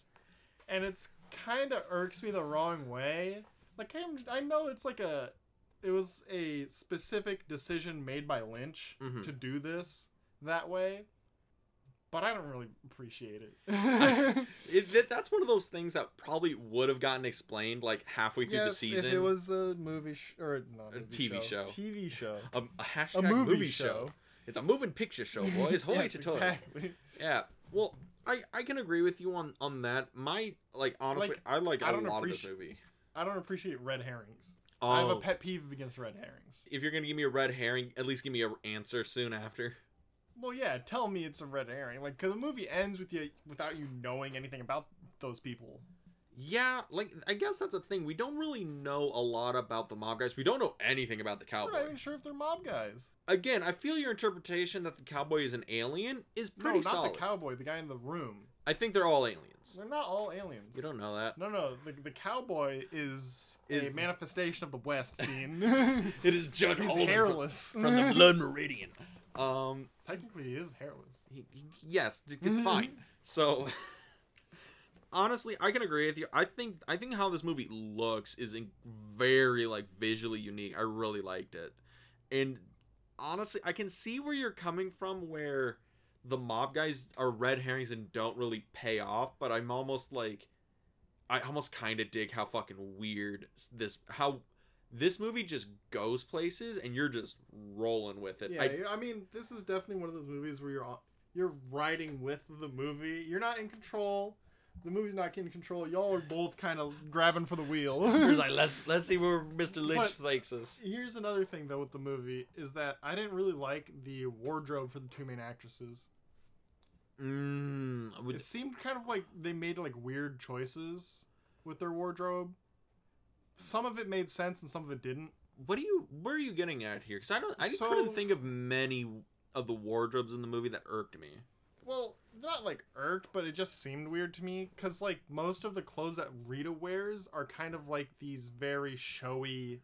Speaker 3: And it's kind of irks me the wrong way. Like I'm, I know it's like a it was a specific decision made by Lynch
Speaker 2: Mhm.
Speaker 3: to do this that way, but I don't really appreciate it.
Speaker 2: It, that, that's one of those things that probably would have gotten explained like halfway through the season.
Speaker 3: If it was a movie sh- or not
Speaker 2: A
Speaker 3: movie
Speaker 2: TV show.
Speaker 3: TV show,
Speaker 2: a, a hashtag
Speaker 3: a
Speaker 2: movie,
Speaker 3: movie,
Speaker 2: show.
Speaker 3: show.
Speaker 2: It's a moving picture show, boys. Hoy
Speaker 3: Yes,
Speaker 2: to toy.
Speaker 3: exactly.
Speaker 2: Yeah. Well, I I can agree with you on on that. My like honestly,
Speaker 3: Like,
Speaker 2: I like a
Speaker 3: I don't
Speaker 2: lot of this
Speaker 3: appreciate-
Speaker 2: movie.
Speaker 3: I don't appreciate red herrings.
Speaker 2: Oh,
Speaker 3: I have a pet peeve against red herrings.
Speaker 2: if you're gonna give me a red herring, at least give me an answer soon after.
Speaker 3: Well, yeah, tell me it's a red herring, like because the movie ends with you without you knowing anything about those people.
Speaker 2: Yeah, like I guess that's a thing. We don't really know a lot about the mob guys. We don't know anything about the
Speaker 3: I'm
Speaker 2: cowboy.
Speaker 3: not even sure if they're mob guys.
Speaker 2: Again, I feel your interpretation that the cowboy is an alien is pretty
Speaker 3: no, not
Speaker 2: solid.
Speaker 3: the cowboy. The guy in the room.
Speaker 2: I think they're all aliens.
Speaker 3: They're not all aliens.
Speaker 2: You don't know that.
Speaker 3: No, no. The, the cowboy is,
Speaker 2: Is-
Speaker 3: a manifestation of the West, Dean.
Speaker 2: It is Judge
Speaker 3: He's
Speaker 2: Olin from,
Speaker 3: hairless.
Speaker 2: from the Blood Meridian. Um,
Speaker 3: Technically, he is hairless.
Speaker 2: He, he, yes, it- it's fine. So honestly, I can agree with you. I think I think how this movie looks is in very like visually unique. I really liked it. And honestly, I can see where you're coming from where the mob guys are red herrings and don't really pay off, but I'm almost like I almost kind of dig how fucking weird s- this how this movie just goes places and you're just rolling with it.
Speaker 3: Yeah,
Speaker 2: I,
Speaker 3: I, I mean, this is definitely one of those movies where you're on- you're riding with the movie. You're not in control. The movie's not in control. Y'all are both kind of grabbing for the wheel.
Speaker 2: He's like, let's let's see where Mr. Lynch
Speaker 3: But-
Speaker 2: takes us.
Speaker 3: Here's another thing though with the movie is that I didn't really like the wardrobe for the two main actresses.
Speaker 2: Mm, I would-
Speaker 3: It seemed kind of like they made like weird choices with their wardrobe. Some of it made sense and some of it didn't.
Speaker 2: what are you? Where are you getting at here? Because I don't. I
Speaker 3: So-
Speaker 2: couldn't think of many of the wardrobes in the movie that irked me.
Speaker 3: Well, not like irked, but it just seemed weird to me because like most of the clothes that Rita wears are kind of like these very showy,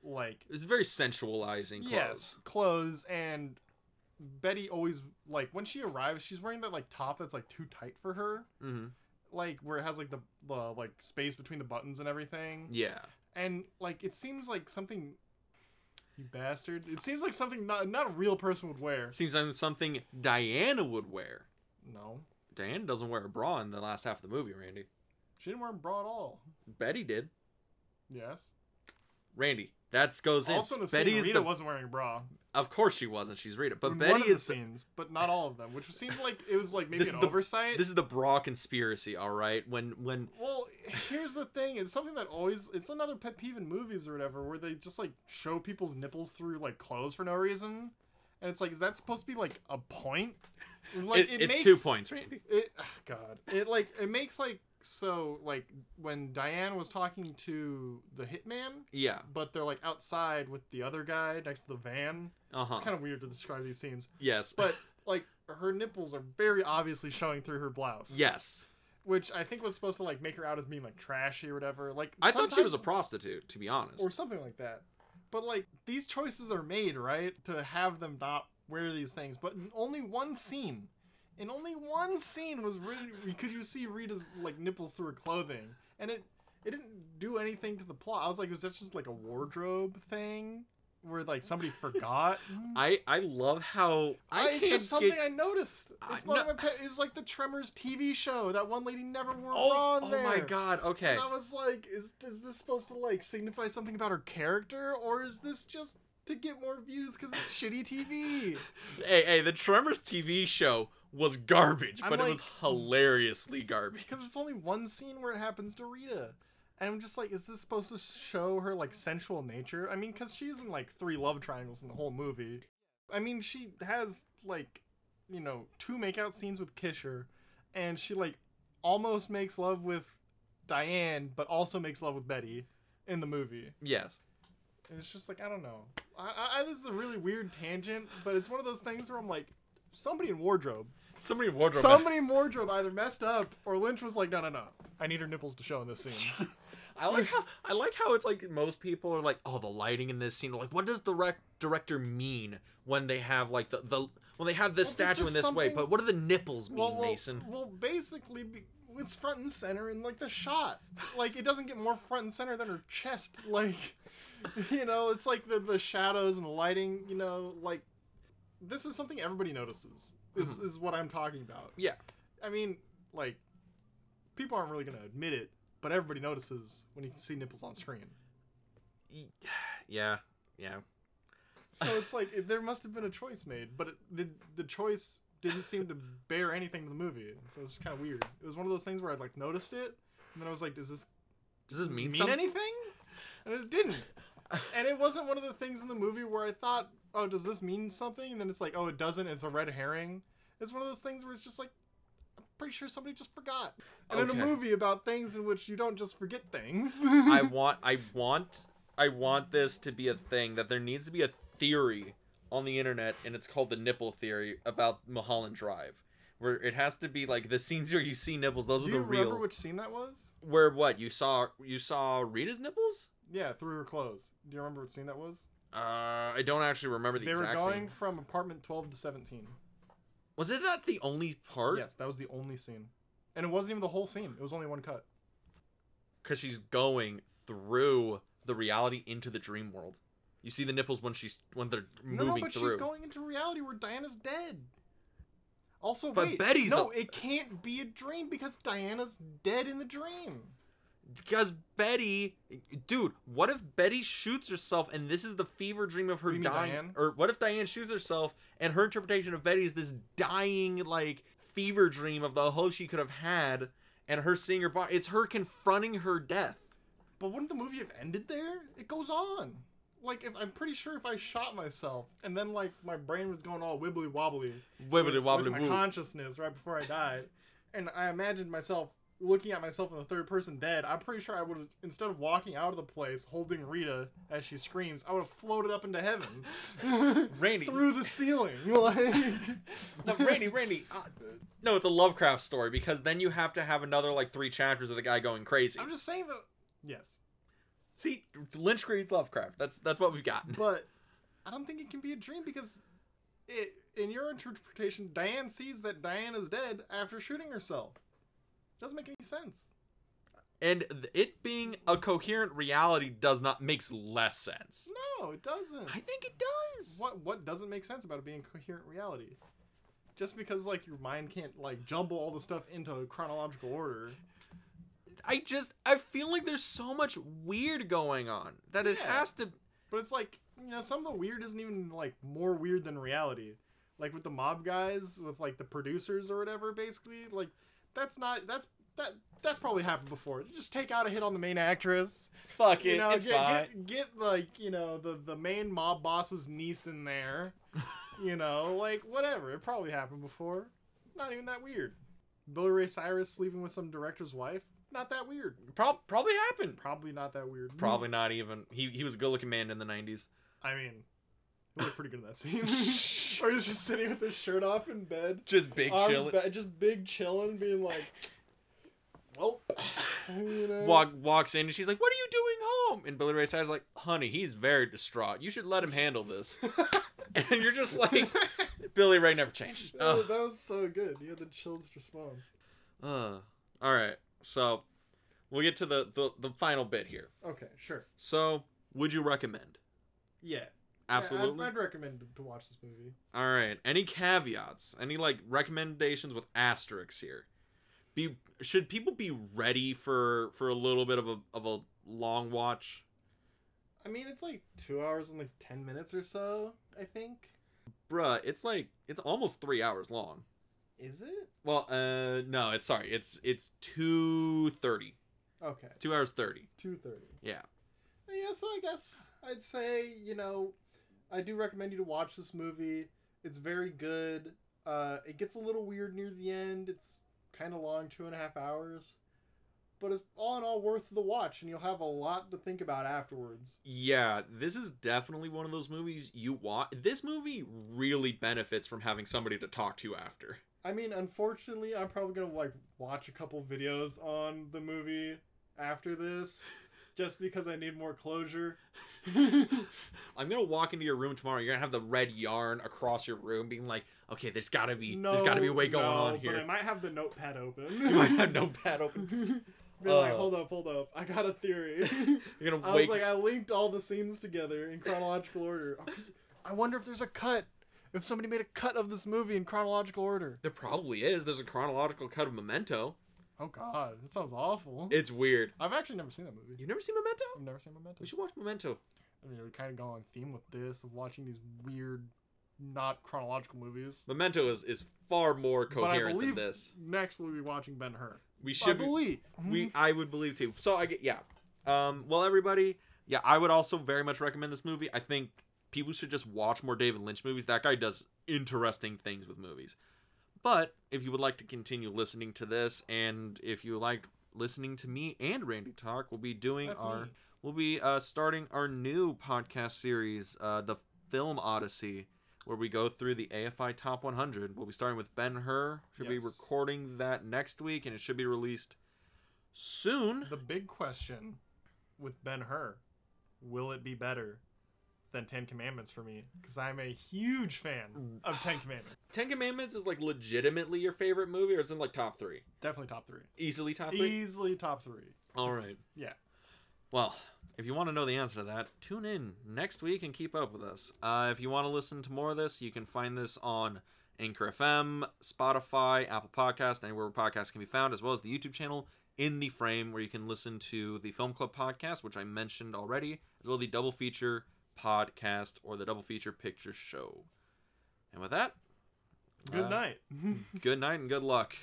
Speaker 3: like
Speaker 2: It's very sensualizing. Clothes.
Speaker 3: Yes, clothes and Betty always like when she arrives, she's wearing that like top that's like too tight for her,
Speaker 2: hmm
Speaker 3: like where it has like the, the like space between the buttons and everything.
Speaker 2: Yeah.
Speaker 3: And like it seems like something you bastard. It seems like something not not a real person would wear.
Speaker 2: Seems like something Diana would wear.
Speaker 3: No.
Speaker 2: Diana doesn't wear a bra in the last half of the movie, Randy.
Speaker 3: She didn't wear a bra at all.
Speaker 2: Betty did.
Speaker 3: Yes.
Speaker 2: Randy, that goes in.
Speaker 3: Also in the
Speaker 2: Betty
Speaker 3: scene,
Speaker 2: is
Speaker 3: Rita
Speaker 2: the-
Speaker 3: wasn't wearing a bra.
Speaker 2: Of course she wasn't. She's Rita, but
Speaker 3: in one
Speaker 2: Betty
Speaker 3: of the
Speaker 2: is.
Speaker 3: scenes, but not all of them, which seemed like it was like maybe
Speaker 2: This
Speaker 3: an
Speaker 2: is the-
Speaker 3: oversight.
Speaker 2: This is the bra conspiracy, all right. When when
Speaker 3: Well, here's the thing. It's something that always it's another pet peeve in movies or whatever where they just like show people's nipples through like clothes for no reason. And it's like is that supposed to be like a point? Like
Speaker 2: it- it's two points, Randy.
Speaker 3: It ugh, god. It like it makes like so like when Diane was talking to the hitman
Speaker 2: Yeah.
Speaker 3: but they're like outside with the other guy next to the van.
Speaker 2: Uh huh.
Speaker 3: It's kind of weird to describe these scenes,
Speaker 2: yes.
Speaker 3: but like her nipples are very obviously showing through her blouse
Speaker 2: yes.
Speaker 3: which I think was supposed to like make her out as being like trashy or whatever. Like
Speaker 2: I thought she was a
Speaker 3: sometimes-
Speaker 2: prostitute, to be honest.
Speaker 3: or something like that. But like these choices are made right to have them not wear these things, but in only one scene. In only one scene was really could you see Rita's like nipples through her clothing, and it it didn't do anything to the plot. I was like, was that just like a wardrobe thing where like somebody forgot?
Speaker 2: I I love how I
Speaker 3: it's
Speaker 2: can't
Speaker 3: just something
Speaker 2: get-
Speaker 3: I noticed.
Speaker 2: I-
Speaker 3: It's one
Speaker 2: no-
Speaker 3: of my pet. It's like the Tremors TV show. That one lady never wore a bra
Speaker 2: Oh,
Speaker 3: on
Speaker 2: oh
Speaker 3: there.
Speaker 2: my god. Okay.
Speaker 3: And I was like, is is this supposed to like signify something about her character, or is this just to get more views because it's shitty TV?
Speaker 2: Hey, hey, the Tremors TV show was garbage,
Speaker 3: I'm
Speaker 2: but
Speaker 3: like- hmm.
Speaker 2: it was hilariously garbage.
Speaker 3: Because it's only one scene where it happens to Rita, and I'm just like, is this supposed to show her like sensual nature? I mean, because she's in like three love triangles in the whole movie. I mean, she has like, you know, two makeout scenes with Kisher, and she like almost makes love with Diane, but also makes love with Betty in the movie.
Speaker 2: Yes.
Speaker 3: And it's just like I don't know. I, I, I this is a really weird tangent, but it's one of those things where I'm like, somebody in wardrobe,
Speaker 2: Somebody in wardrobe.
Speaker 3: somebody in wardrobe either messed up or Lynch was like, no, no, no, I need her nipples to show in this scene.
Speaker 2: I like how I like how it's like most people are like, oh, the lighting in this scene. Like, what does the rec- director mean when they have like the the when they have this
Speaker 3: Well, this
Speaker 2: statue
Speaker 3: is
Speaker 2: in this way?
Speaker 3: something-
Speaker 2: But what do the nipples mean,
Speaker 3: well, well,
Speaker 2: Mason?
Speaker 3: well, basically, be- it's front and center in like the shot. Like it doesn't get more front and center than her chest. Like, you know, it's like the the shadows and the lighting. You know, like this is something everybody notices. Is
Speaker 2: Mm-hmm.
Speaker 3: is what I'm talking about.
Speaker 2: Yeah.
Speaker 3: I mean, like, people aren't really gonna admit it, but everybody notices when you can see nipples on screen.
Speaker 2: Yeah. Yeah.
Speaker 3: So it's like it- there must have been a choice made, but it, the the choice didn't seem to bear anything to the movie. So it's kind of weird. It was one of those things where I like noticed it, and then I was like, "Does this,
Speaker 2: Does
Speaker 3: does
Speaker 2: this
Speaker 3: this
Speaker 2: mean,
Speaker 3: mean
Speaker 2: something?
Speaker 3: anything?" And it didn't. And it wasn't one of the things in the movie where I thought, "Oh, does this mean something?" And then it's like, "Oh, it doesn't. It's a red herring." It's one of those things where it's just like, I'm pretty sure somebody just forgot. And in a
Speaker 2: Okay.
Speaker 3: movie about things in which you don't just forget things.
Speaker 2: I want I want I want this to be a thing that there needs to be a theory on the internet and it's called the nipple theory about Mulholland Drive where it has to be like the scenes where you see nipples those
Speaker 3: Do
Speaker 2: are the
Speaker 3: you remember
Speaker 2: real
Speaker 3: which scene that was?
Speaker 2: where what you saw you saw Rita's nipples?
Speaker 3: Yeah, through her clothes. Do you remember what scene that was?
Speaker 2: Uh I don't actually remember the
Speaker 3: they were
Speaker 2: exact
Speaker 3: going
Speaker 2: scene.
Speaker 3: from apartment 12 to 17
Speaker 2: Was it that the only part?
Speaker 3: yes that was the only scene and it wasn't even the whole scene it was only one cut
Speaker 2: Cuz she's going through the reality into the dream world. You see the nipples when she's when they're
Speaker 3: no, no
Speaker 2: moving
Speaker 3: but
Speaker 2: through.
Speaker 3: she's going into reality where diana's dead also
Speaker 2: But
Speaker 3: wait,
Speaker 2: Betty's
Speaker 3: no
Speaker 2: a-
Speaker 3: it can't be a dream because diana's dead in the dream
Speaker 2: Because Betty, dude, what if Betty shoots herself and this is the fever dream of her
Speaker 3: You mean
Speaker 2: dying?
Speaker 3: Diane?
Speaker 2: Or what if Diane shoots herself and her interpretation of Betty is this dying, like, fever dream of the hope she could have had and her seeing her body? It's her confronting her death.
Speaker 3: but wouldn't the movie have ended there it goes on like if i'm pretty sure if i shot myself and then like my brain was going all wibbly wobbly
Speaker 2: Wibbly
Speaker 3: with-
Speaker 2: wobbly
Speaker 3: with my
Speaker 2: woo.
Speaker 3: consciousness right before I died, and I imagined myself looking at myself in the third person dead, I'm pretty sure I would have, instead of walking out of the place holding Rita as she screams, I would have floated up into heaven.
Speaker 2: Randy.
Speaker 3: Through the ceiling. Like. Ah,
Speaker 2: No, Randy, Randy. Uh, no, it's a Lovecraft story because then you have to have another like three chapters of the guy going crazy.
Speaker 3: I'm just saying that. Yes.
Speaker 2: See, Lynch creates Lovecraft. That's that's what we've got.
Speaker 3: But I don't think it can be a dream because. It, in your interpretation, Diane sees that Diane is dead after shooting herself. Doesn't make any sense.
Speaker 2: And th- it being a coherent reality does not makes less sense.
Speaker 3: No, it doesn't.
Speaker 2: I think it does.
Speaker 3: What what doesn't make sense about it being coherent reality? Just because like your mind can't like jumble all the stuff into a chronological order.
Speaker 2: I just I feel like there's so much weird going on that it
Speaker 3: Yeah.
Speaker 2: has to
Speaker 3: But it's like, you know, some of the weird isn't even like more weird than reality. Like with the mob guys, with like the producers or whatever, basically, like that's not that's that that's probably happened before. Just take out a hit on the main actress.
Speaker 2: fuck
Speaker 3: you
Speaker 2: it.
Speaker 3: know,
Speaker 2: it's
Speaker 3: get,
Speaker 2: fine.
Speaker 3: get get like you know the the main mob boss's niece in there. you know, like whatever. It probably happened before. Not even that weird. Billy Ray Cyrus sleeping with some director's wife. Not that weird.
Speaker 2: Prob- probably happened.
Speaker 3: Probably not that weird.
Speaker 2: Probably not even. He he was a good-looking man in the 90s.
Speaker 3: I mean, he looked pretty good in that scene. or he's just sitting with his shirt off in bed,
Speaker 2: Just big
Speaker 3: arms
Speaker 2: chilling.
Speaker 3: ba- just big chilling, being like, "Well, you know,
Speaker 2: Walk, walks in and she's like, "What are you doing home?" And Billy Ray Cyrus is like, "Honey, he's very distraught. You should let him handle this." and you're just like, "Billy Ray never changed."
Speaker 3: That was-
Speaker 2: Ugh.
Speaker 3: that was so good. You had the chills response.
Speaker 2: Ugh. All right, so we'll get to the, the the final bit here.
Speaker 3: Okay, sure.
Speaker 2: So, would you recommend?
Speaker 3: Yeah. Yeah, I'd-
Speaker 2: Absolutely.
Speaker 3: I'd, recommend to watch this movie.
Speaker 2: All right. Any caveats? Any like recommendations with asterisks here? Be should people be ready for for a little bit of a of a long watch?
Speaker 3: I mean, it's like two hours and like ten minutes or so. I think.
Speaker 2: Bruh, it's like it's almost three hours long.
Speaker 3: Is it?
Speaker 2: Well, uh, no, it's sorry, it's it's two thirty,
Speaker 3: Okay,
Speaker 2: two hours thirty.
Speaker 3: two thirty.
Speaker 2: Yeah.
Speaker 3: Yeah, so I guess I'd say you know, I do recommend you to watch this movie. It's very good. Uh, it gets a little weird near the end. It's kind of long, two and a half hours, but it's all in all worth the watch, and you'll have a lot to think about afterwards.
Speaker 2: Yeah, this is definitely one of those movies you want. This movie really benefits from having somebody to talk to after.
Speaker 3: I mean, unfortunately, I'm probably gonna like watch a couple videos on the movie after this, just because I need more closure.
Speaker 2: I'm gonna walk into your room tomorrow. You're gonna have the red yarn across your room, being like, "Okay, there's gotta be, there's gotta be a way going
Speaker 3: no,
Speaker 2: on
Speaker 3: But I
Speaker 2: here."
Speaker 3: might have the notepad open.
Speaker 2: You might have no pad open.
Speaker 3: Be like,
Speaker 2: Uh.
Speaker 3: hold up, hold up. I got a theory.
Speaker 2: You're gonna
Speaker 3: I was
Speaker 2: wake.
Speaker 3: like, I linked all the scenes together in chronological order. I wonder if there's a cut. If somebody made a cut of this movie in chronological order.
Speaker 2: there probably is. There's a chronological cut of Memento.
Speaker 3: Oh God, that sounds awful.
Speaker 2: It's weird.
Speaker 3: I've actually never seen that movie.
Speaker 2: You've never seen Memento?
Speaker 3: I've never seen Memento.
Speaker 2: We should watch Memento.
Speaker 3: I mean, it would kind of go on theme with this of watching these weird, not chronological movies.
Speaker 2: Memento is is far more
Speaker 3: But I
Speaker 2: coherent
Speaker 3: believe
Speaker 2: than this.
Speaker 3: next we'll be watching Ben Hur.
Speaker 2: We
Speaker 3: I
Speaker 2: should be,
Speaker 3: believe.
Speaker 2: we
Speaker 3: Mm-hmm.
Speaker 2: I would believe too. So I get yeah. Um well everybody, yeah, I would also very much recommend this movie. I think people should just watch more David Lynch movies. That guy does interesting things with movies. But if you would like to continue listening to this and if you liked listening to me and Randy talk, we'll be doing
Speaker 3: That's
Speaker 2: our
Speaker 3: me.
Speaker 2: we'll be uh starting our new podcast series, uh the Film Odyssey. Where we go through the AFI Top 100. We'll be starting with Ben Hur. Should be
Speaker 3: Yes.
Speaker 2: recording that next week, and it should be released soon.
Speaker 3: The big question with Ben Hur will it be better than Ten Commandments for me? Because I'm a huge fan of Ten Commandments.
Speaker 2: Ten Commandments is like legitimately your favorite movie, or is it like top three?
Speaker 3: Definitely top three.
Speaker 2: Easily top three.
Speaker 3: Easily top three.
Speaker 2: All right.
Speaker 3: Yeah.
Speaker 2: E- Well, if you want to know the answer to that, tune in next week and keep up with us. Uh, if you want to listen to more of this, you can find this on Anchor FM, Spotify, Apple Podcast, anywhere podcasts can be found, as well as the YouTube channel In the Frame, where you can listen to the Film Club podcast, which I mentioned already, as well as the Double Feature podcast or the Double Feature Picture Show. And with that,
Speaker 3: Good
Speaker 2: Uh,
Speaker 3: night.
Speaker 2: good night and good luck.